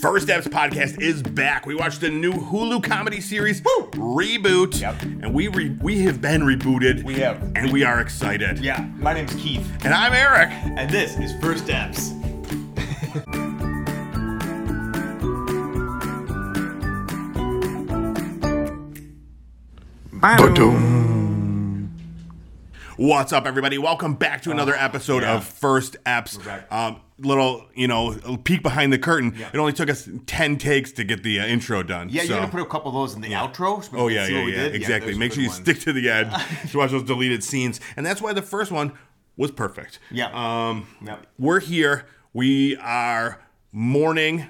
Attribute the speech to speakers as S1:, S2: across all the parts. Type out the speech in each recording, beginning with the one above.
S1: First Steps podcast is back. We watched the new Hulu comedy series reboot,
S2: Yep.
S1: and we re- we have been rebooted.
S2: We have.
S1: and we are excited.
S2: Yeah, my name's Keith,
S1: and I'm Eric.
S2: and this is First Steps.
S1: What's up, everybody? Welcome back to another episode of First Eps.
S2: Uh, back.
S1: Um, little, you know, a peek behind the curtain.
S2: Yeah.
S1: It only took us ten takes to get the uh, intro done.
S2: Yeah,
S1: so-
S2: you're gonna put a couple of those in the outro. so we
S1: Oh
S2: can
S1: yeah,
S2: see
S1: yeah,
S2: what we
S1: yeah,
S2: did?
S1: exactly.
S2: those are
S1: Make sure
S2: good
S1: you
S2: ones.
S1: stick to the end to watch those deleted scenes, and that's why the first one was perfect.
S2: Yeah.
S1: Um,
S2: Yep.
S1: we're here. We are mourning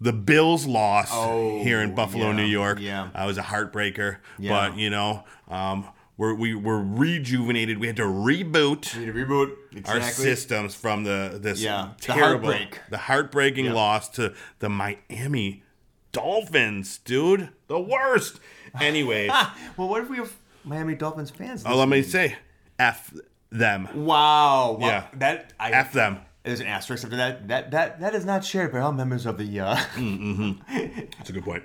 S1: the Bills' loss
S2: Oh,
S1: here in Buffalo,
S2: yeah,
S1: New York.
S2: yeah.
S1: uh, it was a heartbreaker,
S2: Yeah.
S1: but you know, um, we're, we were rejuvenated. We had to reboot
S2: Need a reboot. Exactly.
S1: our systems from the this
S2: Yeah, the
S1: terrible, the,
S2: heartbreak.
S1: heartbreaking loss to the Miami Dolphins, dude, the worst. Anyway,
S2: Well, what if we have Miami Dolphins fans?
S1: oh, let me say, f them,
S2: Wow. wow.
S1: Oh. Yeah.
S2: That I.
S1: f them.
S2: there's an asterisk after that. That that that is not shared by all members of the. Uh,
S1: That's a good point.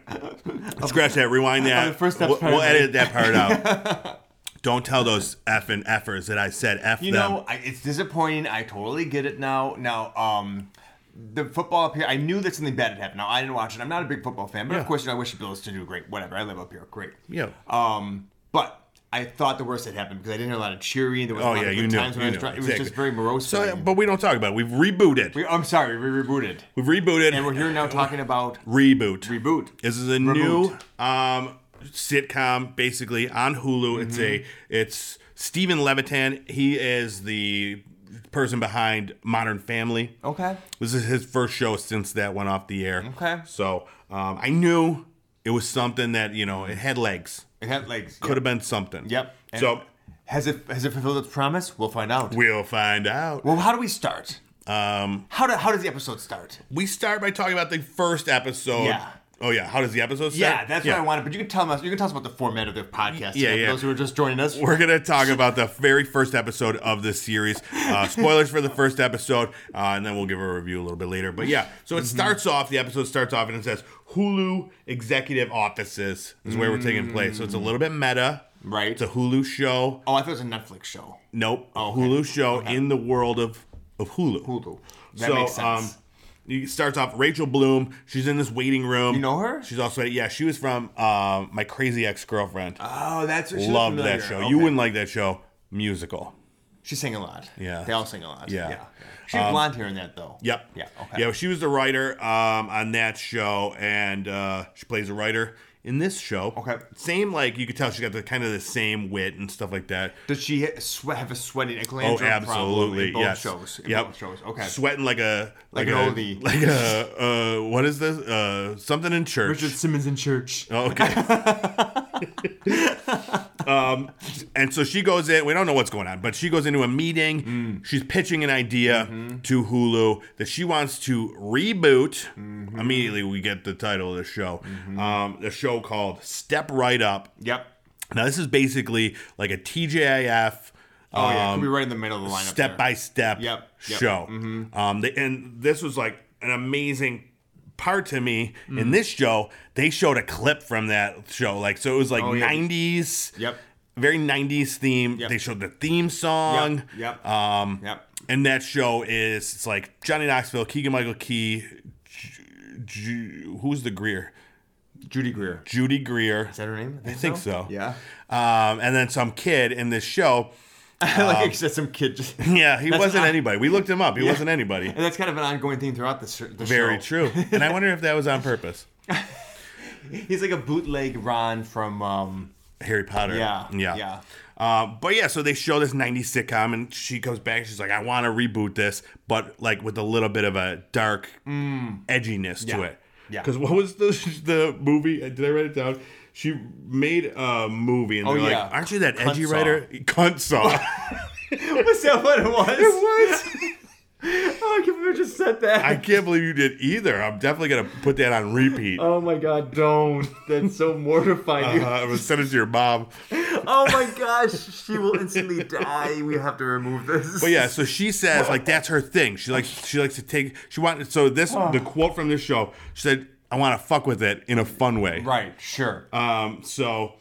S1: Scratch that, rewind
S2: Oh,
S1: that.
S2: the first step's
S1: we'll,
S2: part
S1: we'll
S2: of it.
S1: edit that part out. Don't tell those f and effers that I said f
S2: You
S1: them.
S2: know, I, it's disappointing. I totally get it now. Now, um, the football up here, I knew that something bad had happened. Now, I didn't watch it. I'm not a big football fan, but
S1: Yeah.
S2: of course, you know, I wish the Bills to do great. Whatever, I live up here, great.
S1: yeah.
S2: Um, but I thought the worst had happened because I didn't hear a lot of cheering. There was
S1: Oh
S2: a lot
S1: yeah,
S2: of
S1: you
S2: good
S1: knew.
S2: times when
S1: you
S2: I was
S1: knew,
S2: trying. It was
S1: exactly.
S2: just very morose.
S1: So,
S2: feeling.
S1: but we don't talk about it. We've rebooted.
S2: we, I'm sorry, we rebooted,
S1: We've rebooted.
S2: and we're here now talking about
S1: Reboot.
S2: reboot.
S1: This is a new um, sitcom, basically on Hulu. It's
S2: Mm-hmm.
S1: a it's Stephen Levitan. He is the person behind Modern Family.
S2: Okay.
S1: This is his first show since that went off the air.
S2: Okay.
S1: So um, I knew it was something that you know it had legs.
S2: It had legs.
S1: Could have been something.
S2: Yep. And
S1: so
S2: has it has it fulfilled its promise? We'll find out.
S1: we'll find out.
S2: well, how do we start?
S1: Um,
S2: How do, how does the episode start?
S1: we start by talking about the first episode.
S2: Yeah.
S1: Oh yeah. How does the episode start?
S2: Yeah, that's what I wanted. But you can tell us. You can tell us about the format of the podcast.
S1: Yeah,
S2: Yeah,
S1: yeah.
S2: For those who are just joining us.
S1: We're gonna talk about the very first episode of this series. Uh, spoilers for the first episode, uh, and then we'll give a review a little bit later. But yeah, so
S2: Mm-hmm.
S1: it starts off. The episode starts off, and it says Hulu executive offices is where we're taking place. So it's a little bit meta,
S2: Right.
S1: It's a Hulu show.
S2: oh, I thought it was a Netflix show.
S1: Nope, a Hulu show in the world of of Hulu.
S2: Oh,
S1: um,
S2: Hulu. That makes sense.
S1: it starts off Rachel Bloom. She's in this waiting room.
S2: You know her?
S1: She's also yeah. She was from uh, my crazy ex girlfriend.
S2: oh, that's what she
S1: Loved
S2: looked
S1: that
S2: familiar.
S1: show.
S2: Okay.
S1: You wouldn't like that show. Musical.
S2: She sang a lot.
S1: Yeah.
S2: They all sing a lot.
S1: Yeah.
S2: Yeah. She had blonde hair in that though.
S1: Yep.
S2: Yeah. Okay.
S1: Yeah, well, she was the writer um, on that show, and uh, she plays a writer in this show.
S2: Okay.
S1: Same, like you could tell, she got the kind of the same wit and stuff like that.
S2: Does she ha- swe- have a sweating
S1: Oh,
S2: Michelangelo problem
S1: absolutely.
S2: in both
S1: yes.
S2: shows? In
S1: Yep.
S2: Both shows. Okay.
S1: Sweating like a
S2: Like
S1: a,
S2: an oldie.
S1: Like a uh, what is this? Uh, something in church.
S2: Richard Simmons in church.
S1: Oh, okay. um, and so she goes in. We don't know what's going on, but she goes into a meeting.
S2: Mm.
S1: She's pitching an idea
S2: Mm-hmm.
S1: to Hulu that she wants to reboot.
S2: Mm-hmm.
S1: Immediately, we get the title of the show. Um, the show called Step Right Up.
S2: Yep.
S1: Now, this is basically like a TJIF.
S2: Oh
S1: um,
S2: yeah. Could be right in the middle of the lineup.
S1: Step
S2: there.
S1: by step
S2: Yep, yep. Mm-hmm.
S1: show. Um, they, and this was like an amazing part to me
S2: Mm.
S1: in this show. They showed a clip from that show, like so it was like
S2: Oh, yeah.
S1: '90s,
S2: Yep.
S1: very '90s theme.
S2: Yep.
S1: They showed the theme song.
S2: Yep.
S1: Um,
S2: Yep.
S1: And that show is it's like Johnny Knoxville, Keegan Michael Key, J- J- who's the Greer,
S2: Judy Greer. Is
S1: Judy Greer.
S2: that her name?
S1: I think so.
S2: Yeah.
S1: Um, and then some kid in this show. Um,
S2: like it's just some kid. Just-
S1: Yeah, he
S2: That's
S1: wasn't
S2: not-
S1: anybody. We looked him up. He wasn't anybody.
S2: And that's kind of an ongoing thing throughout the, sh- the show.
S1: Very true. And I wonder if that was on purpose.
S2: He's like a bootleg Ron from. Um,
S1: Harry Potter.
S2: Yeah,
S1: Yeah.
S2: yeah.
S1: Uh, but yeah, so they show this 90s sitcom, and she comes back. She's like, I want to reboot this, but like with a little bit of a dark edginess to
S2: Mm. Yeah.
S1: it.
S2: Yeah.
S1: Because what was the the movie? Uh, Did I write it down? She made a movie, and
S2: Oh,
S1: they're
S2: yeah.
S1: like, Aren't you that edgy
S2: Cuntsaw.
S1: writer? Cunt saw.
S2: was that what it was?
S1: was.
S2: oh, I can't believe I just said that.
S1: I can't believe you did either. I'm definitely going to put that on repeat.
S2: oh my god, don't. That's so mortifying.
S1: Uh-huh. Uh, I'm going to send it to your mom.
S2: Oh my gosh, she will instantly die. We have to remove this.
S1: But yeah, so she says like that's her thing. She likes she likes to take she wanted so this the quote from this show. She said, "I want to fuck with it in a fun way."
S2: Right, sure.
S1: Um, so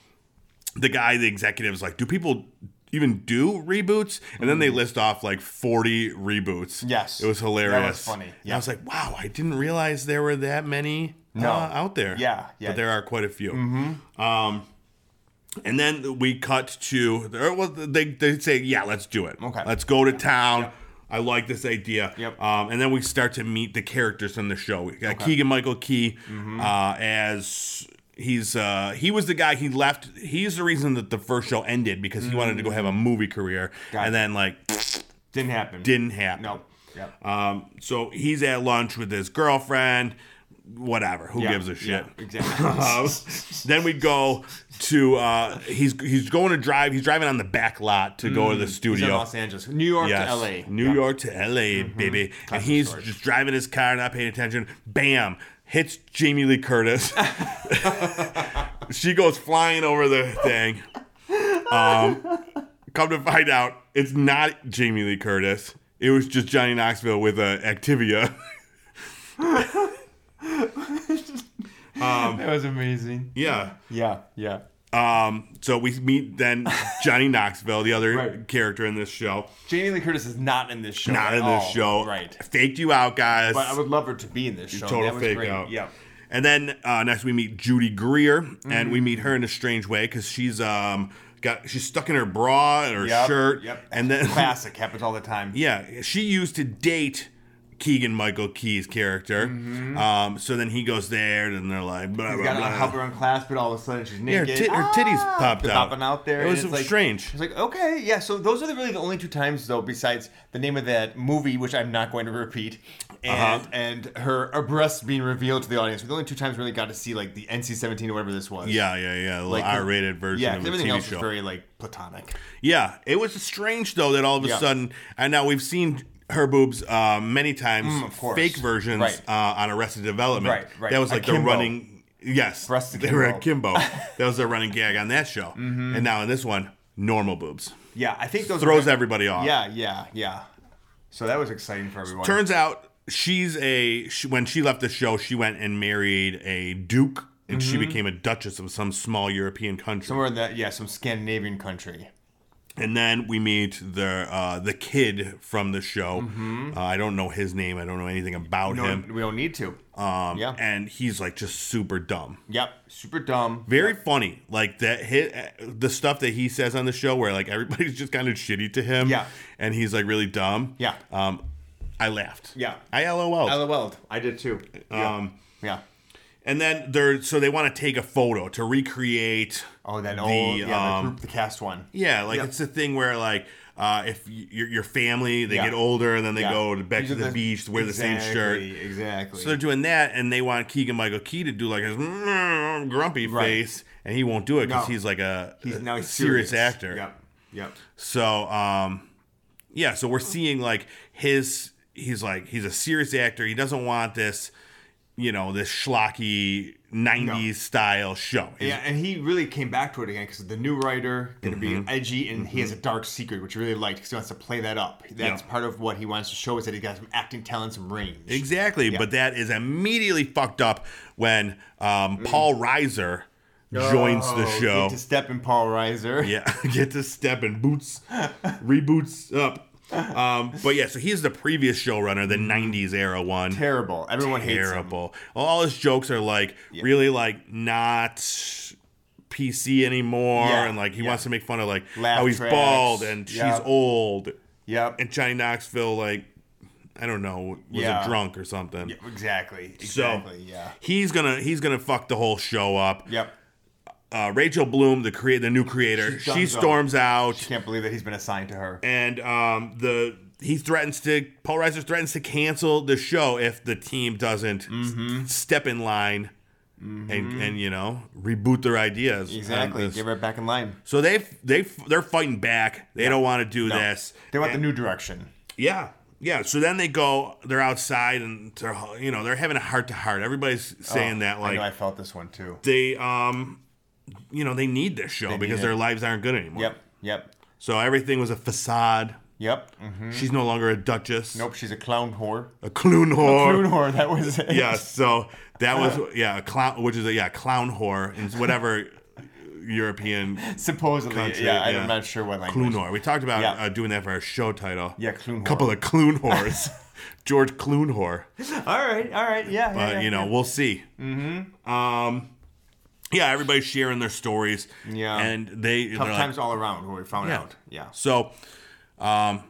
S1: the guy, the executive's like, do people even do reboots? And then they list off like 40 reboots.
S2: Mm-hmm. Yes.
S1: It was
S2: That was
S1: hilarious.
S2: funny,
S1: And I was like, wow, I didn't realize there were that many
S2: No.
S1: uh, out there.
S2: Yeah, yeah. Mm-hmm.
S1: But there are quite a few. Um, and then we cut to, or, well, they, they say, yeah, let's do it.
S2: Okay.
S1: Let's go to town. I like this idea.
S2: Yep.
S1: Um, and then we start to meet the characters from the show. We got Keegan Michael Key
S2: Mm-hmm.
S1: uh, as he's uh, he was the guy he left. He's the reason that the first show ended because he wanted to go have a movie career,
S2: Mm. Got
S1: and
S2: it.
S1: then like
S2: Didn't happen.
S1: didn't happen.
S2: No. Yep.
S1: Um, so he's at lunch with his girlfriend. Whatever. Who
S2: Yeah,
S1: gives a shit?
S2: yeah, exactly.
S1: Um, then we go to uh, he's he's going to drive. He's driving on the back lot to go to the
S2: Mm. He's
S1: studio.
S2: in Los Angeles, New York to LA.
S1: New York to LA, baby. and he's
S2: Mm-hmm. story.
S1: just driving his car, not paying attention. Bam! Hits Jamie Lee Curtis. she goes flying over the thing. Um, come to find out, it's not Jamie Lee Curtis. It was just Johnny Knoxville with uh, Activia.
S2: That was amazing.
S1: yeah.
S2: Um, Yeah, yeah.
S1: Um, so we meet then Johnny Knoxville, the other
S2: Right.
S1: character in this show.
S2: Jamie Lee Curtis is not in this show.
S1: Not
S2: at
S1: in this
S2: all.
S1: show.
S2: Right.
S1: Faked you out, guys.
S2: But I would love her to be in this show.
S1: total
S2: that was
S1: fake
S2: great.
S1: out.
S2: Yeah.
S1: And then uh, next we meet Judy Greer, and
S2: Mm.
S1: we meet her in a strange way because she's um got she's stuck in her bra and her
S2: Yep,
S1: shirt.
S2: Yep.
S1: And then
S2: classic happens all the time.
S1: yeah, she used to date Keegan Michael Key's character. Um, so then he goes there, and they're like, blah, blah,
S2: She's Mm-hmm. got to
S1: blah.
S2: like help her unclasp, but all of a sudden she's
S1: her,
S2: naked.
S1: tit- her titties
S2: Ah!
S1: popped
S2: They're
S1: out.
S2: popping out there.
S1: It
S2: and
S1: was
S2: it's like-
S1: strange.
S2: It's like okay, yeah. So those are the, really the only two times though, besides the name of that movie, which I'm not going to repeat, and
S1: Uh-huh.
S2: and her, her breasts being revealed to the audience. The only two times we really got to see like the NC-17 or whatever this was.
S1: yeah, yeah, yeah. A little
S2: Like,
S1: R-rated version
S2: Yeah,
S1: of
S2: 'cause
S1: a
S2: everything
S1: TV
S2: else
S1: show.
S2: is very like platonic.
S1: Yeah, it was strange though that all of a
S2: Yeah.
S1: sudden, and now we've seen her boobs uh, many times,
S2: Mm, of course.
S1: fake versions
S2: Right.
S1: uh, on Arrested Development.
S2: Right, right.
S1: That was like the
S2: Akimbo.
S1: running. Yes,
S2: Breasts
S1: they were
S2: akimbo.
S1: akimbo. that was their running gag on that show,
S2: Mm-hmm.
S1: and now in this one, normal boobs
S2: Yeah, I think those
S1: throws
S2: are,
S1: everybody off.
S2: Yeah, yeah, yeah. So that was exciting for everyone.
S1: turns out she's a she, when she left the show, she went and married a duke, and
S2: Mm-hmm.
S1: she became a duchess of some small European country.
S2: somewhere in that yeah, some Scandinavian country.
S1: And then we meet the uh, the kid from the show. Uh, I don't know his name. I don't know anything about
S2: Mm-hmm. No,
S1: him.
S2: we don't need to. Um, yeah.
S1: And he's like just super dumb.
S2: yep. Super dumb.
S1: Very funny. Like that hit the stuff that he says on the show where like everybody's just kind of shitty to him.
S2: Yeah.
S1: And he's like really dumb.
S2: Yeah.
S1: Um, I laughed.
S2: Yeah.
S1: I LOL.
S2: LOL'd. I did too.
S1: Um,
S2: yeah.
S1: and then they're so they want to take a photo to recreate.
S2: Oh, that old yeah,
S1: um,
S2: the, group, the cast one.
S1: Yeah, like
S2: Yeah.
S1: it's the thing where like uh, if y- your your family they
S2: Yeah.
S1: get older and then they
S2: Yeah.
S1: go to back
S2: These
S1: to
S2: are
S1: the, beach wear the same shirt.
S2: Exactly, Exactly.
S1: So they're doing that, and they want Keegan Michael Key to do like his mm, grumpy
S2: Right.
S1: face, and he won't do it because
S2: No.
S1: he's like a,
S2: he's
S1: a
S2: now he's
S1: serious,
S2: serious,
S1: actor.
S2: Yep. Yep.
S1: So um, yeah, so we're seeing like his he's like he's a serious actor. He doesn't want this, you know, this schlocky '90s style show. He's-
S2: Yeah, and he really came back to it again because the new writer going to
S1: Mm-hmm.
S2: be edgy, and he has a dark secret which he really liked because he wants to play that up. That's
S1: Yeah.
S2: part of what he wants to show is that he got some acting talent, some range.
S1: Exactly, but that is immediately fucked up when
S2: Mm.
S1: um, Paul Reiser joins the
S2: Oh,
S1: show.
S2: Get to step in Paul Reiser.
S1: yeah, get to step and boots, reboots up. Um, but yeah, so he's the previous showrunner, the '90s era one.
S2: Mm-hmm. Terrible. Everyone hates him.
S1: Terrible. All his jokes are like really like not PC anymore,
S2: Yeah,
S1: and like he
S2: yeah.
S1: wants to make fun of like
S2: Laugh
S1: how he's
S2: tracks.
S1: bald and she's
S2: Yep.
S1: old,
S2: Yep.
S1: and Johnny Knoxville like I don't know was
S2: Yeah.
S1: a drunk or something.
S2: exactly.
S1: So
S2: Exactly. yeah.
S1: he's gonna he's gonna fuck the whole show up.
S2: Yep.
S1: Uh, Rachel Bloom, the create the new creator,
S2: She's done
S1: she
S2: done.
S1: storms out,
S2: Can't believe that he's been assigned to her.
S1: and um, the he threatens to Paul Reiser threatens to cancel the show if the team doesn't
S2: Mm-hmm.
S1: s- step in line. And, and you know reboot their ideas and
S2: Exactly.
S1: this.
S2: Get right back in line.
S1: so they they they're fighting back they don't want to do this
S2: They want the new direction.
S1: Yeah. Yeah. So then they go, they're outside and they're, you know, they're having a heart to heart. Everybody's saying that,
S2: Oh, I
S1: like,
S2: know I felt this one too.
S1: they, um, you know, they need this show because
S2: it.
S1: their lives aren't good anymore.
S2: Yep. Yep.
S1: So everything was a facade.
S2: Yep. hmm
S1: She's no longer a duchess.
S2: Nope. She's a clown whore.
S1: A clown whore.
S2: Clown whore. That was it.
S1: yeah, so that
S2: Uh.
S1: was yeah, a clown which is a yeah, clown whore is whatever European
S2: Supposedly.
S1: Country,
S2: yeah,
S1: yeah.
S2: I'm not sure what
S1: Clun
S2: language.
S1: whore. We talked about
S2: Yeah.
S1: uh, doing that for our show title.
S2: Yeah, Clun whore.
S1: Couple of Clun whores. George Clun whore.
S2: All right. All right. Yeah. yeah,
S1: But
S2: yeah,
S1: you know, we'll see. Mm-hmm. Um, yeah, everybody's sharing their stories.
S2: Yeah.
S1: and they
S2: Tough
S1: they're like-
S2: times all around. What we found out. Yeah.
S1: So, um,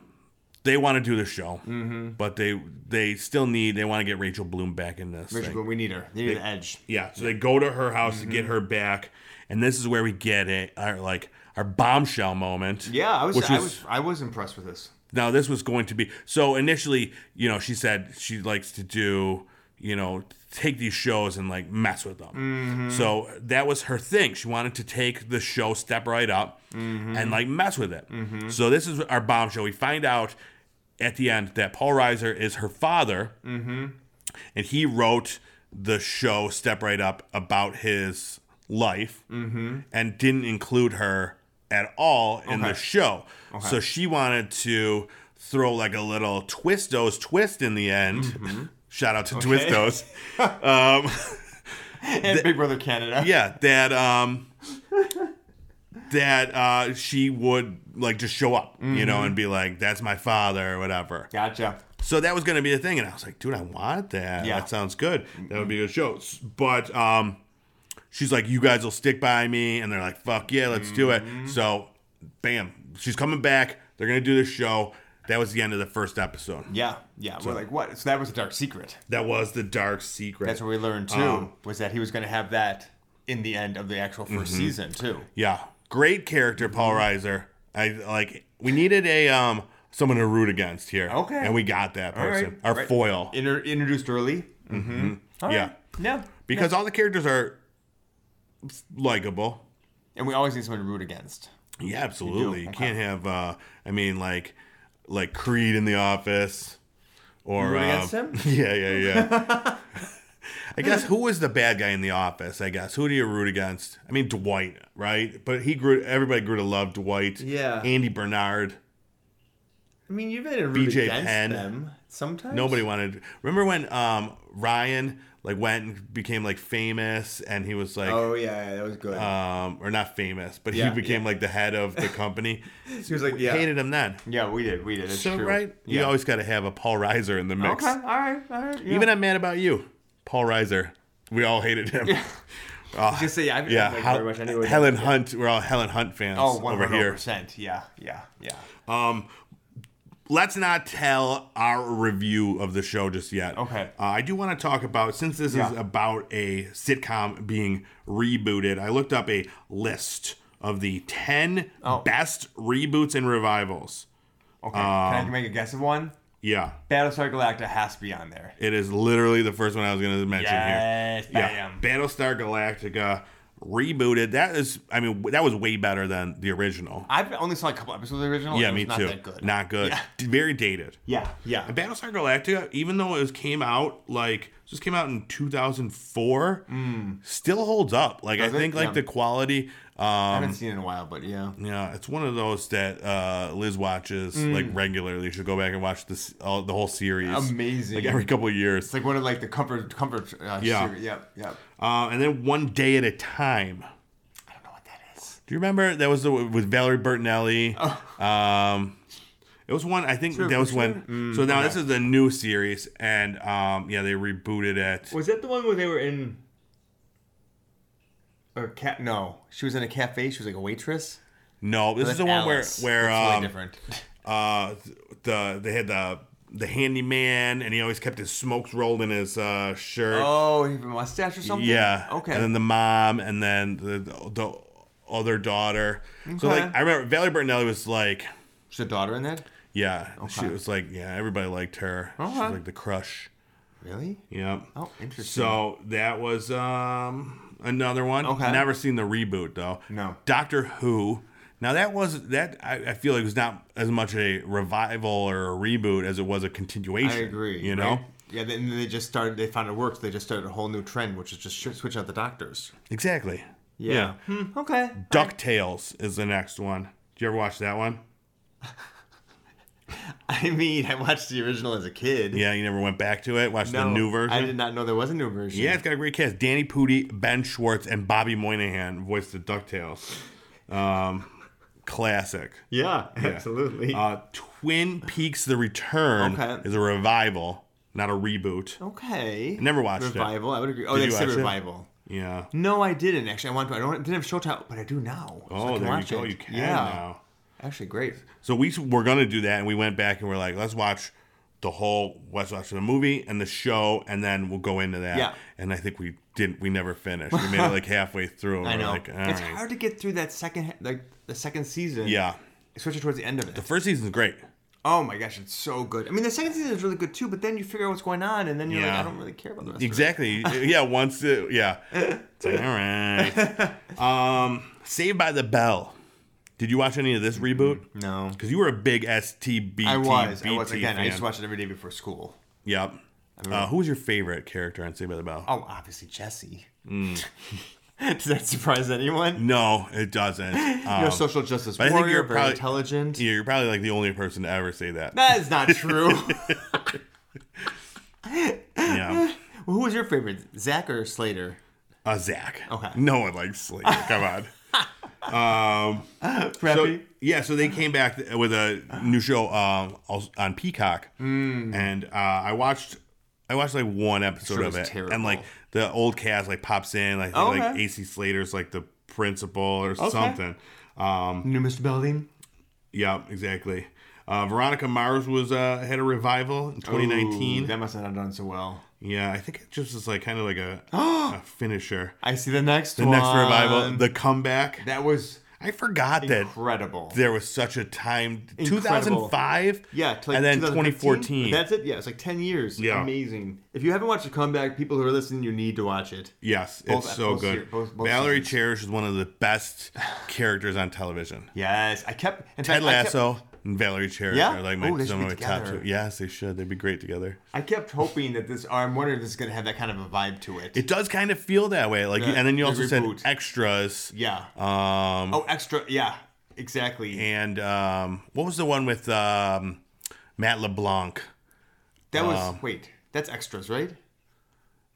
S1: they want to do the show, mm-hmm. but they they still need they want to get Rachel Bloom back in this.
S2: Rachel
S1: thing.
S2: Bloom, we need her. They need an edge.
S1: Yeah, so they go to her house to get
S2: Mm-hmm.
S1: her back, and this is where we get it, our like our bombshell moment.
S2: Yeah, I was,
S1: which
S2: I was, I was impressed with this.
S1: now this was going to be so initially. You know, she said she likes to do you know take these shows and like mess with them. So that was her thing. She wanted to take the show step right up and like mess with it. So this is our bombshell. We find out at the end that Paul Reiser is her father and he wrote the show Step Right Up about his life and didn't include her at all in the show. So she wanted to throw like a little Twistos twist in the end. Shout out to Twistos. um,
S2: And Big Brother Canada.
S1: yeah, that um, that uh, she would like just show up, you know, and be like, "That's my father" or whatever.
S2: Gotcha.
S1: So that was going to be the thing, and I was like, dude, I want that.
S2: Yeah.
S1: That sounds good. That would be a good show. S- But um, she's like, you guys will stick by me, and they're like, fuck yeah, let's do it.
S2: Mm-hmm.
S1: So, bam, she's coming back. They're going to do this show. That was the end of the first episode.
S2: Yeah. Yeah. We're like, what? So that was a dark secret.
S1: That was the dark secret.
S2: That's what we learned too,
S1: Um,
S2: was that he was going to have that in the end of the actual 1st
S1: mm-hmm.
S2: season too.
S1: yeah, great character, Paul
S2: Mm-hmm.
S1: Reiser. I like. We needed a um someone to root against here.
S2: Okay.
S1: and we got that
S2: right,
S1: person, our
S2: right.
S1: foil.
S2: Inter- introduced early. Mm-hmm.
S1: Yeah.
S2: Yeah.
S1: because all the characters are f- likable.
S2: And we always need someone to root against.
S1: Yeah, absolutely. You,
S2: Okay.
S1: can't have. Uh, I mean, like, like Creed in the Office, or
S2: Root
S1: um,
S2: against him?
S1: Yeah, yeah, yeah. I guess who was the bad guy in the Office? I guess who do you root against? I mean, Dwight, right? But he grew. Everybody grew to love Dwight.
S2: Yeah.
S1: Andy Bernard.
S2: I mean, you've been root
S1: BJ
S2: against
S1: Penn.
S2: them sometimes.
S1: Nobody wanted. Remember when um, Ryan like went and became like famous, and he was like.
S2: Oh yeah, yeah, that was good.
S1: Um, or not famous, but
S2: Yeah,
S1: he became like the head of the company.
S2: he was like, yeah,
S1: Hated him then.
S2: yeah, we did, we did. It's
S1: So
S2: true.
S1: right,
S2: Yeah.
S1: you always got to have a Paul Reiser in the mix.
S2: okay. All right. All right. Yeah.
S1: Even I'm mad about you, Paul Reiser. We all hated him.
S2: I just say, yeah, I haven't
S1: yeah,
S2: done, like,
S1: Hel-
S2: very much anyway.
S1: Helen Hunt. We're all Helen Hunt fans
S2: Oh,
S1: over here.
S2: 100%. Yeah, yeah, yeah.
S1: Let's not tell our review of the show just yet.
S2: Okay.
S1: Uh, I do want to talk about since this is
S2: Yeah.
S1: about a sitcom being rebooted. I looked up a list of the ten
S2: Oh.
S1: best reboots and revivals. Um,
S2: Okay. Can I make a guess of one?
S1: Yeah,
S2: Battlestar Galacta has to be on there.
S1: it is literally the first one I was going to mention here.
S2: Yes,
S1: Yeah,
S2: bam.
S1: Battlestar Galactica rebooted. That is, I mean, that was way better than the original.
S2: I've only saw a couple episodes of the original.
S1: yeah,
S2: and
S1: me
S2: Oh, it was
S1: too.
S2: Not that good.
S1: Not good.
S2: Yeah.
S1: D- Very dated.
S2: yeah, yeah.
S1: And Battlestar Galactica, even though it was, came out like just came out in 2004, still holds up. Like
S2: Mm. Does
S1: I
S2: it?
S1: think like
S2: Yeah.
S1: the quality.
S2: I
S1: Um,
S2: haven't seen it in a while, but yeah.
S1: yeah, it's one of those that uh, Liz watches
S2: Mm.
S1: like regularly. You should go back and watch this all the whole series.
S2: Amazing.
S1: Like every couple of years.
S2: It's like one of like the comfort comfort. Uh,
S1: Yeah.
S2: series. Yep. Yep.
S1: Uh, and then one day at a time.
S2: I don't know what that is.
S1: Do you remember that was the with Valerie Bertinelli?
S2: Oh.
S1: Um, it was one I think that was when.
S2: Mm,
S1: so now this is the new series, and um, yeah, they rebooted it.
S2: Was that the one where they were in? Or cat? No, she was in a cafe. She was like a waitress.
S1: No, this is the one where
S2: Alice.
S1: where
S2: That's really
S1: um,
S2: different.
S1: uh, the they had the the handyman, and he always kept his smokes rolled in his uh, shirt.
S2: Oh, he had a mustache or something.
S1: Yeah.
S2: Okay.
S1: And then the mom, and then the the, the other daughter. So like
S2: Okay.
S1: I remember Valerie Bertinelli was like.
S2: Is the daughter in that?
S1: Yeah, she was like, yeah, everybody liked her. She was
S2: Okay.
S1: like the crush.
S2: Really?
S1: Yeah.
S2: Oh, interesting.
S1: So that was um, another one.
S2: Okay.
S1: Never seen the reboot though.
S2: No.
S1: Doctor Who. Now that was that I, I feel like it was not as much a revival or a reboot as it was a continuation.
S2: I agree.
S1: You
S2: right?
S1: know
S2: Yeah, then they just started. They found it worked. They just started a whole new trend, which is just sh- switch out the doctors.
S1: exactly. Yeah.
S2: Hmm, okay.
S1: DuckTales is the next one. Did you ever watch that one?
S2: I mean, I watched the original as a kid.
S1: Yeah, you never went back to it. Watched
S2: No,
S1: the new
S2: I
S1: version.
S2: did not know there was a new version.
S1: Yeah, it's got a great cast. Danny Pudi, Ben Schwartz, and Bobby Moynihan voiced the DuckTales. Um, classic.
S2: Yeah, absolutely.
S1: Uh, Twin Peaks: The Return
S2: Okay.
S1: is a revival, not a reboot.
S2: okay.
S1: Never watched it.
S2: Revival, I would agree. Oh,
S1: Did
S2: they
S1: you
S2: said
S1: watch it?
S2: revival.
S1: Yeah.
S2: No, I didn't actually. I want to. I don't. I didn't have Showtime, but I do now. so I
S1: Oh,
S2: can
S1: there you
S2: watch
S1: go.
S2: it.
S1: You can
S2: yeah.
S1: now.
S2: Actually, great.
S1: So we were gonna do that, and we went back and we're like, let's watch the whole, let's watch the movie and the show, and then we'll go into that.
S2: Yeah.
S1: And I think we didn't. We never finished. We made it like halfway through. And
S2: I
S1: we're
S2: know.
S1: Like, all
S2: it's
S1: right.
S2: hard to get through that second, like the second season.
S1: Yeah.
S2: Especially towards the end of it.
S1: The first season's great.
S2: Oh my gosh, it's so good. I mean, the second season is really good too, but then you figure out what's going on, and then you're
S1: Yeah.
S2: like, I don't really care about the rest.
S1: Exactly. yeah, once it, yeah. It's like, all right. Um Saved by the Bell. Did you watch any of this reboot?
S2: Of it. No.
S1: Because you were a big STB.
S2: I was. I was again. I used to watch it every day before school.
S1: Yep. Uh, who was your favorite character on Saved by the Bell?
S2: Oh, obviously Jesse.
S1: Mm.
S2: Does that surprise anyone?
S1: No, it doesn't. Um,
S2: you're a social justice
S1: I
S2: warrior,
S1: think you're
S2: very
S1: probably-
S2: intelligent.
S1: yeah, you're probably like the only person to ever say that.
S2: That is not true.
S1: Yeah.
S2: Well, Who was your favorite, Zach or Slater?
S1: Uh, Zach.
S2: Okay.
S1: No one likes Slater. Come on. So,
S2: Preppy.
S1: yeah, so they came back th- with a new show uh, als- on Peacock,
S2: Mm.
S1: and uh, I watched. I watched like one episode
S2: Sure
S1: of it,
S2: was terrible.
S1: and like the old cast like pops in, like I think, like
S2: Okay.
S1: AC Slater's like the principal or something. Um,
S2: New Mr. Belding.
S1: yeah, exactly. Uh, Veronica Mars was uh, had a revival in 2019.
S2: Ooh, that must not have done so well.
S1: yeah, I think it just is like kind of like a,
S2: Oh.
S1: a finisher.
S2: I see the next
S1: The
S2: one.
S1: next revival, the comeback.
S2: That was
S1: I forgot that
S2: incredible.
S1: there was such a time
S2: Incredible.
S1: 2005
S2: yeah, till,
S1: and
S2: like,
S1: then
S2: 2015.
S1: 2014
S2: That's it. Yeah, it's like ten years.
S1: Yeah.
S2: amazing. If you haven't watched the comeback, people who are listening, you need to watch it.
S1: yes it's
S2: Both-
S1: so
S2: both
S1: good
S2: se- both- both
S1: valerie
S2: seasons.
S1: cherish is one of the best characters on television
S2: Yes, I kept. In
S1: ted
S2: fact, I kept,
S1: lasso and valerie cherish
S2: Yeah?
S1: are like my,
S2: Oh, they should
S1: some of my
S2: be
S1: top two
S2: together.
S1: yes they should they'd be great together
S2: I kept hoping that this. Or I'm wondering if this is going to have that kind of a vibe to it.
S1: it does kind of feel that way like
S2: Yeah,
S1: and then you
S2: the
S1: also said
S2: reboot.
S1: extras
S2: yeah.
S1: um
S2: oh, extra. Yeah, exactly.
S1: and um what was the one with um matt leblanc
S2: that was
S1: um,
S2: wait. That's extras, right?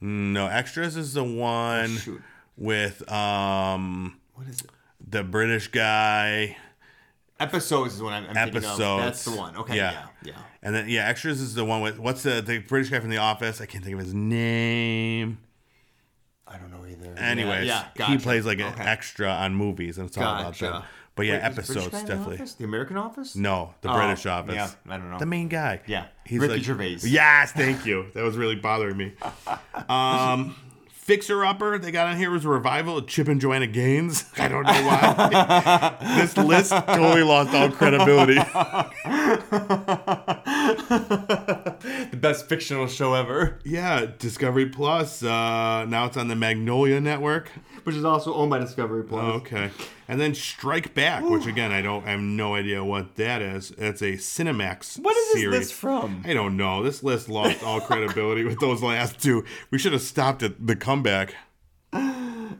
S1: no extras is the one
S2: Oh, shoot.
S1: with um
S2: What is it?
S1: the british guy
S2: Episodes is what I'm, I'm thinking of. That's
S1: Episodes.
S2: the one. Okay.
S1: Yeah.
S2: Yeah. Yeah.
S1: And then yeah, extras is the one with what's the the British guy from The Office? I can't think of his name.
S2: I don't know either.
S1: Anyways,
S2: Yeah.
S1: he
S2: gotcha.
S1: plays like an
S2: Okay.
S1: extra on movies, and it's all about
S2: Gotcha.
S1: them. But yeah,
S2: Wait, is the British
S1: episodes
S2: guy in the
S1: definitely.
S2: Office? The American Office?
S1: No, the
S2: Oh,
S1: British Office.
S2: Yeah, I don't know.
S1: The main guy.
S2: Oh. Yeah, Ricky
S1: like-
S2: Gervais.
S1: Yes, thank you. That was really bothering me. Um, Fixer Upper, they got on here was a revival of Chip and Joanna Gaines. I don't know why. this list totally lost all credibility.
S2: the best fictional show ever,
S1: Yeah, Discovery Plus. Uh, now it's on the Magnolia Network.
S2: which is also owned by Discovery Plus.
S1: Oh, Okay, and then Strike Back, which again I don't, I have no idea what that is. It's a Cinemax.
S2: What is this
S1: series.
S2: list from?
S1: I don't know. This list lost all credibility with those last two. We should have stopped at the comeback.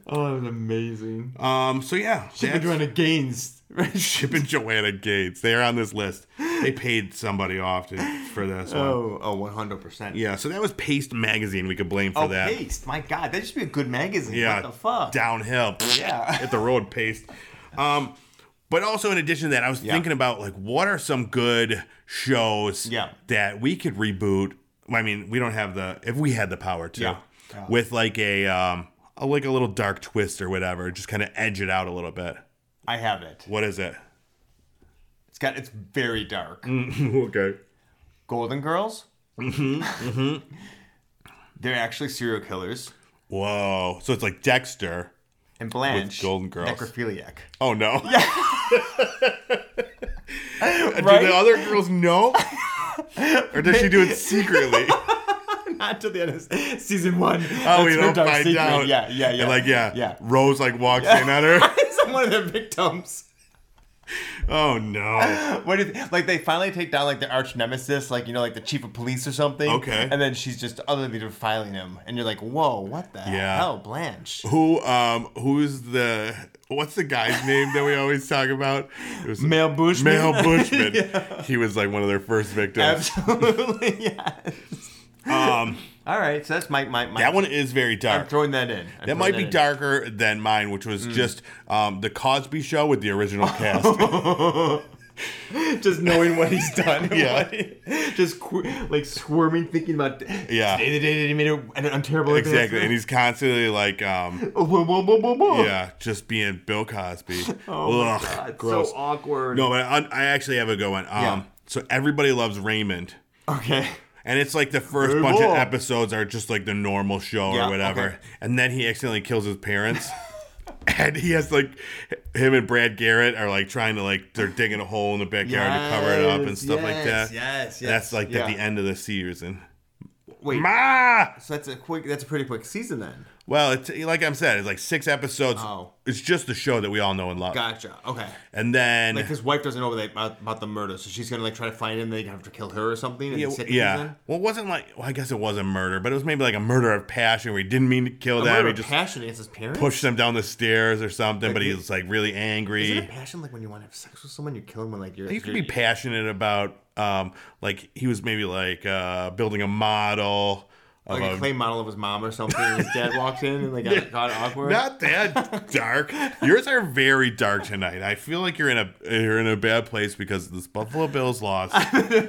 S2: Oh, that was amazing.
S1: Um. So yeah,
S2: Chip
S1: that's-
S2: and Joanna Gaines.
S1: Chip and Joanna Gates. They are on this list. They paid somebody off to, for this one.
S2: oh, oh, 100%.
S1: Yeah. So that was Paste Magazine. We could blame for
S2: Oh,
S1: that.
S2: Paste. My God, that should be a good magazine.
S1: Yeah.
S2: What the fuck?
S1: Downhill.
S2: Yeah.
S1: Hit the road pace. Um, but also in addition to that, I was thinking about like what are some good shows
S2: Yeah.
S1: that we could reboot. I mean, we don't have the if we had the power to
S2: Yeah. Yeah.
S1: with like a um a, like a little dark twist or whatever, just kind of edge it out a little bit.
S2: I have it.
S1: What is it?
S2: It's got. It's very dark.
S1: okay.
S2: Golden Girls. Mm. Mm-hmm. They're actually serial killers.
S1: Whoa. So it's like Dexter.
S2: And Blanche.
S1: Golden Girls.
S2: Necrophiliac.
S1: Oh no. Do
S2: Right?
S1: the other girls know? or does she do it secretly?
S2: Not till the end of se- season one.
S1: Oh,
S2: That's
S1: we
S2: her
S1: don't
S2: dark
S1: find
S2: secret.
S1: out.
S2: Yeah, yeah, yeah.
S1: And like, yeah,
S2: Yeah.
S1: Rose like walks in on her.
S2: It's one of their victims.
S1: Oh no.
S2: What do you think? Like they finally take down like the arch nemesis, like you know, like the chief of police or something.
S1: Okay.
S2: And then she's just utterly defiling him, and you're like, whoa, what the
S1: Yeah.
S2: hell, Blanche?
S1: Who um who's the what's the guy's name that we always talk about? It was
S2: Mel Bushman.
S1: Mel Bushman. He was like one of their first victims.
S2: Absolutely yes.
S1: Um
S2: All right, so that's my my, my
S1: that one is very
S2: I'm
S1: dark.
S2: throwing that in. I'm
S1: That
S2: throwing
S1: might be
S2: in.
S1: darker than mine, which was
S2: Mm.
S1: just um, the Cosby Show with the original
S2: Oh,
S1: cast.
S2: Just knowing what he's done.
S1: Yeah.
S2: just qu- like squirming, thinking about
S1: Yeah.
S2: Today, the day that he made a- an, an terrible
S1: exactly, and he's constantly like, um,
S2: Oh, whoa, whoa, whoa, whoa, whoa.
S1: yeah, just being Bill Cosby.
S2: Oh my
S1: Ugh,
S2: God, it's
S1: gross.
S2: So awkward.
S1: No, but I, I actually have a good one. Um,
S2: Yeah.
S1: So everybody loves Raymond.
S2: Okay.
S1: And it's like the first
S2: Very
S1: bunch
S2: cool.
S1: of episodes are just like the normal show
S2: Yeah,
S1: or whatever.
S2: okay.
S1: And then he accidentally kills his parents. and he has like him and Brad Garrett are like trying to like they're digging a hole in the backyard to cover it up and
S2: Yes,
S1: stuff like
S2: yes,
S1: that.
S2: yes, yes.
S1: That's like at
S2: Yeah.
S1: the end of the season.
S2: Wait.
S1: Ma!
S2: so that's a quick. That's a pretty quick season then.
S1: Well, it's like I'm said, it's like six episodes.
S2: Oh.
S1: It's just the show that we all know and love.
S2: Gotcha. Okay.
S1: And then
S2: Like his wife doesn't know that- about, about the murder, so she's gonna like try to find him. They have to kill her or something. In
S1: Yeah,
S2: the
S1: w-
S2: second
S1: yeah.
S2: Season.
S1: Well, it wasn't like well, I guess it was a murder, but it was maybe like a murder of passion where he didn't mean to kill
S2: A
S1: them.
S2: murder
S1: He
S2: of
S1: just
S2: passion against his parents.
S1: pushed them down the stairs or something. but he
S2: you-
S1: was like really
S2: Isn't it
S1: angry.
S2: passion like when you want to have sex with someone, you kill him when like you're.
S1: He could
S2: you're-
S1: be passionate about um, like he was maybe like uh, building a model of
S2: like a
S1: a-
S2: clay model of his mom or something. and his dad walks in and like got, got awkward.
S1: not that dark. Yours are very dark tonight. I feel like you're in a you're in a bad place because this Buffalo Bills lost.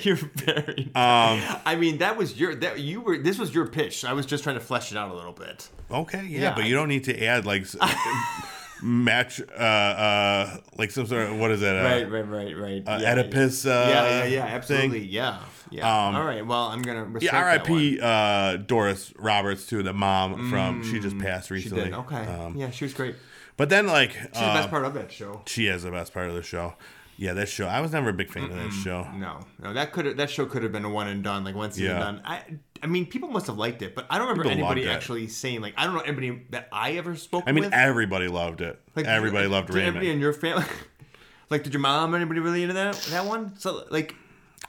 S2: You're very.
S1: Um,
S2: I mean, that was your that you were. This was your pitch. I was just trying to flesh it out a little bit.
S1: Okay, yeah,
S2: Yeah,
S1: but
S2: I-
S1: you don't need to add like s- match uh uh like some sort of what is that? Uh,
S2: Right, right, right, right.
S1: uh,
S2: yeah,
S1: Oedipus. Uh,
S2: Yeah, yeah, yeah.
S1: thing. Um,
S2: Absolutely. Yeah. Yeah. All right. Well, I'm gonna. Respect
S1: Yeah,
S2: that one. Mm,
S1: R.I.P. Uh, Doris Roberts too, the mom from she just passed
S2: She
S1: recently. Uh,
S2: did. Okay.
S1: Um,
S2: yeah, she was great.
S1: But then like
S2: She's the
S1: uh,
S2: best part of that show.
S1: she is the best part of the show. Yeah, that show. I was never a big fan of that show.
S2: No, no, that could that show could have been a one and done, like once season
S1: Yeah.
S2: done. I, I mean, people must have liked it, but I don't remember
S1: People loved
S2: anybody
S1: it.
S2: actually saying like I don't know anybody that I ever spoke.
S1: I mean,
S2: with.
S1: everybody loved it.
S2: Like,
S1: everybody
S2: did-
S1: loved
S2: did
S1: Raymond.
S2: Everybody in your family, like, did your mom or anybody really into that that one? So like,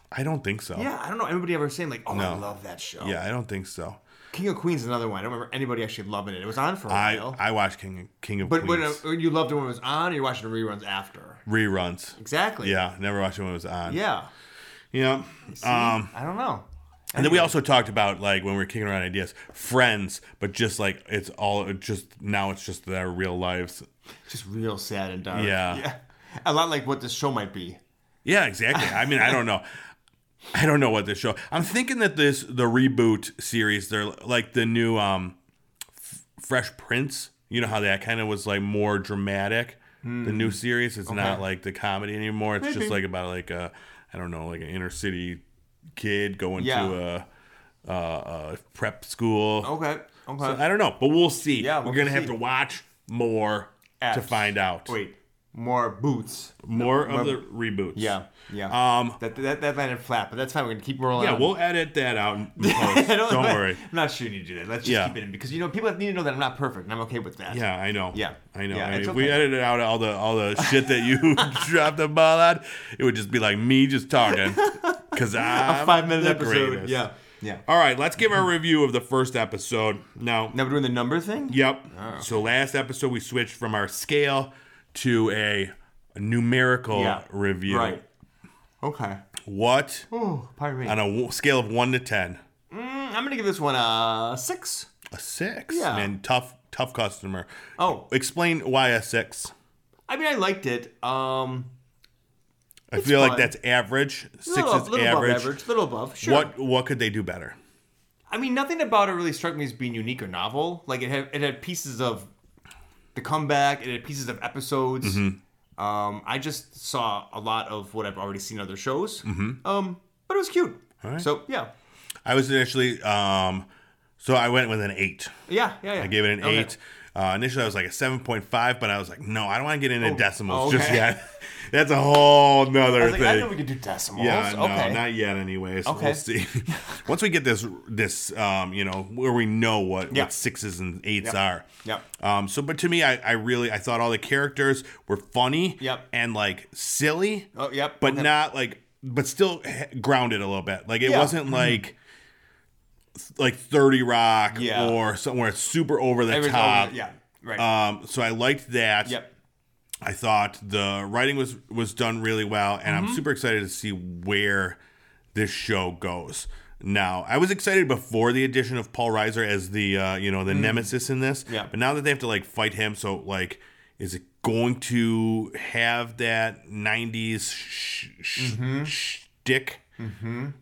S1: I don't think so.
S2: yeah, I don't know anybody ever saying like, oh, I
S1: No.
S2: love that show.
S1: Yeah, I don't think so.
S2: King of Queens is another one. I don't remember anybody actually loving it. It was on for a
S1: I
S2: while.
S1: I watched King King of
S2: but when, uh,
S1: Queens
S2: when you loved it when it was on, or you're watching the reruns after.
S1: reruns.
S2: Exactly.
S1: Yeah, never watched it when it was on.
S2: Yeah.
S1: Yeah. Um,
S2: I don't know.
S1: And then we also talked about like when we were kicking around ideas, friends, but just like it's all it just now it's just their real lives.
S2: Just real sad and dark.
S1: Yeah.
S2: Yeah. A lot like what this show might be.
S1: Yeah, exactly. I mean, I don't know. I don't know what this show. I'm thinking that this the reboot series, they're like the new um F- Fresh Prince. You know how that kind of was like more dramatic. The
S2: Hmm.
S1: new series, it's not like the comedy anymore. It's just like about like a I don't know, like an inner city kid going
S2: Yeah.
S1: to a, uh, a prep school.
S2: Okay. Okay.
S1: So I don't know, but we'll see.
S2: Yeah,
S1: we're
S2: we'll
S1: gonna
S2: see.
S1: have to watch more to
S2: Apps.
S1: find out.
S2: Wait. More boots.
S1: more of the reboots.
S2: Yeah. Yeah.
S1: Um.
S2: that, that that landed flat, but that's fine. We're gonna keep rolling.
S1: Yeah,
S2: on.
S1: we'll edit that out. In post.
S2: Um, I
S1: don't worry.
S2: I'm not sure you do that. Let's just
S1: Yeah.
S2: keep it in because you know people need to know that I'm not perfect, and I'm okay with that.
S1: Yeah, I know.
S2: Yeah.
S1: I know.
S2: Yeah,
S1: I mean,
S2: it's
S1: If we
S2: okay.
S1: edited out all the all the shit that you dropped the ball on, it would just be like me just talking. Cause I'm
S2: Five minute
S1: the
S2: episode.
S1: greatest.
S2: Yeah. Yeah.
S1: All right, let's give our review of the first episode now.
S2: Now we're doing the number thing.
S1: Yep.
S2: Oh.
S1: So last episode we switched from our scale to a numerical
S2: Yeah.
S1: review.
S2: Right. Okay.
S1: What
S2: Oh, pardon me.
S1: on a w- scale of one to ten,
S2: Mm, I'm gonna give this one a six.
S1: a six.
S2: Yeah.
S1: Man, tough, tough customer.
S2: Oh,
S1: Explain why a six.
S2: I mean, I liked it. Um,
S1: I feel like
S2: fine.
S1: that's average. Six
S2: little,
S1: is
S2: little
S1: average.
S2: above average, little above. Sure.
S1: What what could they do better?
S2: I mean, nothing about it really struck me as being unique or novel. Like it had it had pieces of the comeback, it had pieces of episodes.
S1: Mm-hmm.
S2: Um, I just saw a lot of what I've already seen in other
S1: Mm-hmm.
S2: shows. Um, but it was cute. So yeah,
S1: I was initially um So I went with an eight.
S2: Yeah, yeah, yeah.
S1: I gave it an
S2: Okay.
S1: eight. Uh, initially, I was like a seven point five, but I was like, no, I don't want to get into decimals
S2: oh,
S1: just
S2: okay.
S1: yet. That's a whole nother
S2: I was like,
S1: thing.
S2: I know we could do decimals.
S1: yeah, no,
S2: okay.
S1: not yet. Anyways,
S2: Okay.
S1: we'll see. Once we get this, this, um, you know, where we know what,
S2: Yeah.
S1: what sixes and eights
S2: Yep.
S1: are.
S2: Yep.
S1: Um, so, but to me, I, I really, I thought all the characters were funny.
S2: Yep.
S1: And like silly
S2: oh, yep.
S1: but
S2: okay.
S1: not like but still he- grounded a little bit like it
S2: Yeah. Mm-hmm.
S1: wasn't like like 30 rock
S2: Yeah.
S1: or somewhere it's super over the
S2: It was
S1: top
S2: over- yeah. Right.
S1: um so i liked that
S2: yep.
S1: i thought the writing was was done really well and
S2: Mm-hmm.
S1: i'm super excited to see where this show goes now i was excited before the addition of paul reiser as the uh you know the nemesis in this
S2: Mm. Yeah.
S1: but now that they have to like fight him so like is it going to have that 90s sh- sh-
S2: Mm-hmm.
S1: shtick?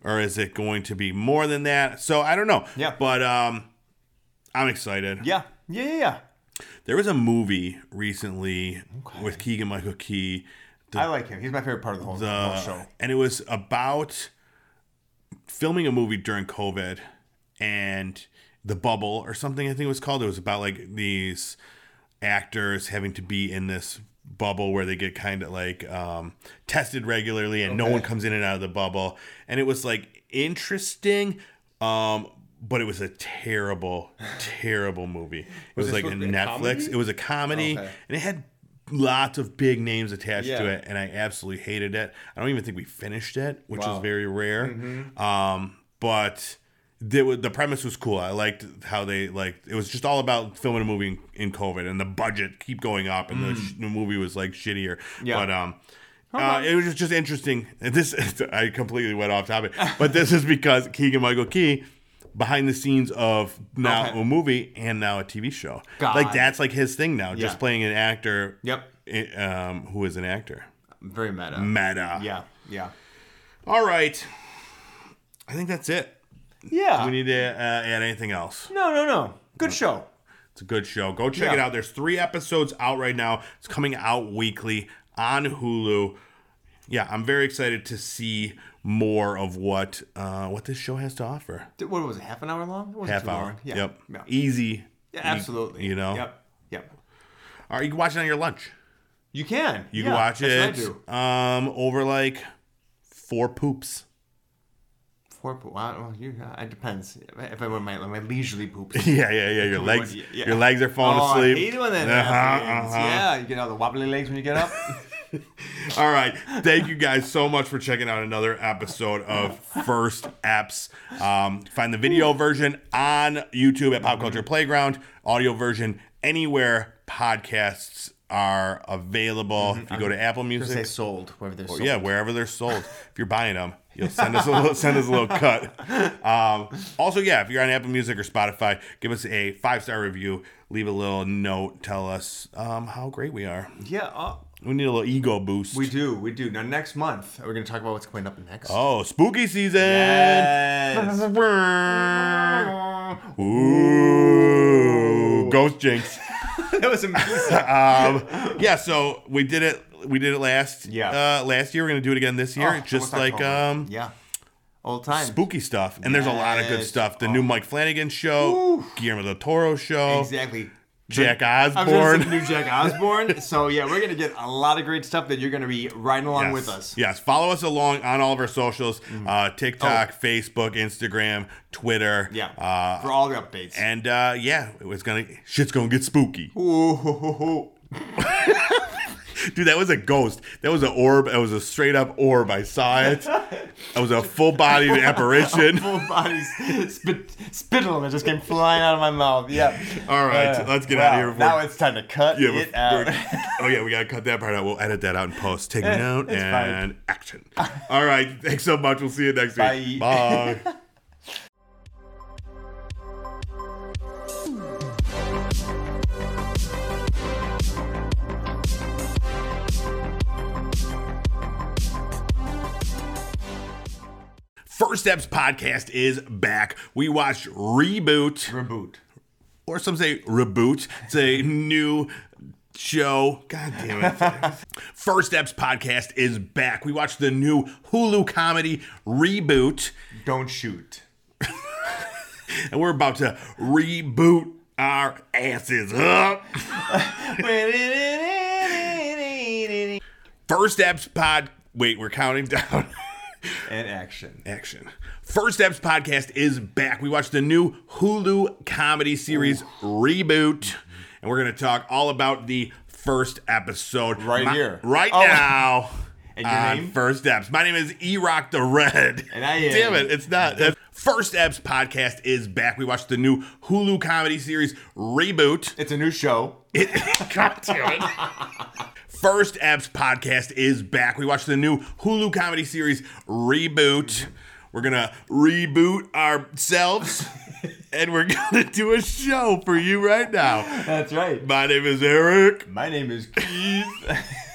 S1: or is it going to be more than that so i don't know
S2: Yeah.
S1: but um i'm excited
S2: Yeah. Yeah. Yeah. Yeah.
S1: there was a movie recently with Keegan Michael Key, the,
S2: I like him. He's my favorite part of the whole, whole show.
S1: and it was about filming a movie during COVID and the bubble or something. I think it was called. It was about like these actors having to be in this bubble where they get kind of like um, tested regularly and no
S2: Okay.
S1: one comes in and out of the bubble. And it was like interesting. Um, but it was a terrible, terrible movie. It was,
S2: it
S1: like a
S2: supposed to be a
S1: Netflix.
S2: comedy? Oh,
S1: It was a comedy,
S2: Okay.
S1: and it had lots of big names attached to
S2: Yeah.
S1: it, and I absolutely hated it. I don't even think we finished it, which was
S2: Wow. Mm-hmm.
S1: very rare. Um, but the, the premise was cool. I liked how they like it was just all about filming a movie in, in COVID, and the budget keep going up, and the, sh- the movie was like shittier.
S2: Mm. Yeah.
S1: But um. Uh, it was just interesting. This I completely went off topic, but this is because Keegan Michael Key, behind the scenes of now
S2: Okay.
S1: a movie and now a TV show,
S2: Got
S1: like
S2: it.
S1: that's like his thing now,
S2: Yeah.
S1: just playing an actor.
S2: Yep.
S1: i- Um, who is an actor?
S2: Very meta.
S1: Meta.
S2: yeah. Yeah.
S1: All right. I think that's it.
S2: Yeah.
S1: We need to uh, add anything else.
S2: no. No. No. Good show.
S1: It's a good show. Go check
S2: Yeah.
S1: it out. There's three episodes out right now. It's coming out weekly on Hulu. Yeah, I'm very excited to see more of what uh, what this show has to offer.
S2: Did- What was it? Half an hour long? It wasn't
S1: Half
S2: too
S1: hour.
S2: long. Yeah.
S1: Yep.
S2: Yeah.
S1: Easy.
S2: Yeah, absolutely.
S1: You know.
S2: Yep. Yep.
S1: All right, you can watch it on your lunch.
S2: You can.
S1: You
S2: Yeah,
S1: can watch
S2: that's
S1: it
S2: What I do.
S1: um over like four poops.
S2: Four poop. Well, you, uh, it depends. If I went my, my leisurely poops.
S1: Yeah, yeah, yeah. Your legs,
S2: yeah, yeah.
S1: your legs are falling
S2: oh,
S1: asleep.
S2: I hate it when that
S1: Uh-huh,
S2: happens.
S1: uh-huh.
S2: Yeah, you get all the wobbly legs when you get up.
S1: All right. Thank you guys so much for checking out another episode of First Apps. Um, find the video version on YouTube at Pop Culture Playground, audio version anywhere podcasts are available. If you go to Apple
S2: Say
S1: Music,
S2: sold, wherever they're sold.
S1: Oh, yeah, wherever they're sold. If you're buying them, you'll send us a little, send us a little cut. Um, also, yeah, if you're on Apple Music or Spotify, give us a five star review. Leave a little note. Tell us um, how great we are.
S2: Yeah, uh,
S1: We need a little ego boost.
S2: we do. We do. Now, next month, we're going to talk about what's coming up next.
S1: Oh, spooky season!
S2: Yes.
S1: Ooh, ghost jinx.
S2: that was amazing.
S1: um, yeah, so we did it. We did it last.
S2: Yeah.
S1: Uh, last year, we're gonna do it again this year.
S2: Oh,
S1: just like
S2: almost October.
S1: um,
S2: yeah. Old time.
S1: spooky stuff, and there's a lot of good
S2: Yes. Oh.
S1: stuff. The new Mike Flanagan show, Guillermo del Toro show,
S2: Exactly.
S1: Jack
S2: I was gonna say
S1: Osborne.
S2: New Jack Osborne. so yeah, we're gonna get a lot of great stuff that you're gonna be riding along
S1: Yes.
S2: with us. Mm-hmm.
S1: Yes, follow us along on all of our socials: uh, TikTok, Facebook, Instagram, Twitter.
S2: Oh. Yeah.
S1: Uh,
S2: for all the updates.
S1: and uh, yeah, it's gonna shit's gonna get spooky.
S2: Ooh, ho, ho, ho.
S1: Dude, that was a ghost. That was an orb. It was a straight up orb. I saw it. It was a full bodied apparition.
S2: Full bodies spit, spittle that just came flying out of my mouth. Yeah. Uh,
S1: All right, let's get out of here. before-
S2: Now it's time to cut
S1: Yeah,
S2: it
S1: before-
S2: out.
S1: oh yeah, we gotta cut that part out. We'll edit that out in post. Take
S2: Eh,
S1: a note
S2: it's
S1: and action. All right, thanks so much. We'll see you next week.
S2: Bye.
S1: Bye. First Steps podcast is back. We watched Reboot
S2: Reboot.
S1: or some say reboot. It's a new show. God damn it. First Steps podcast is back. We watched the new Hulu comedy reboot.
S2: Don't shoot.
S1: and we're about to reboot our asses up. First Steps Pod. Wait, we're counting down.
S2: and action.
S1: Action. First Steps Podcast is back. We watched the new Hulu comedy series Reboot, and we're going to talk all about the first episode
S2: Right
S1: My-
S2: here.
S1: Right
S2: Oh.
S1: now.
S2: And your
S1: on
S2: name?
S1: First Steps. My name is E Rock the Red.
S2: And I am-
S1: Damn it, it's not. That's- First Steps Podcast is back. We watched the new Hulu comedy series Reboot.
S2: It's a new show.
S1: It, God damn it. First Apps Podcast is back. We watched the new Hulu comedy series Reboot. We're going to reboot ourselves and we're going to do a show for you right now.
S2: That's right.
S1: My name is Eric.
S2: My name is Keith.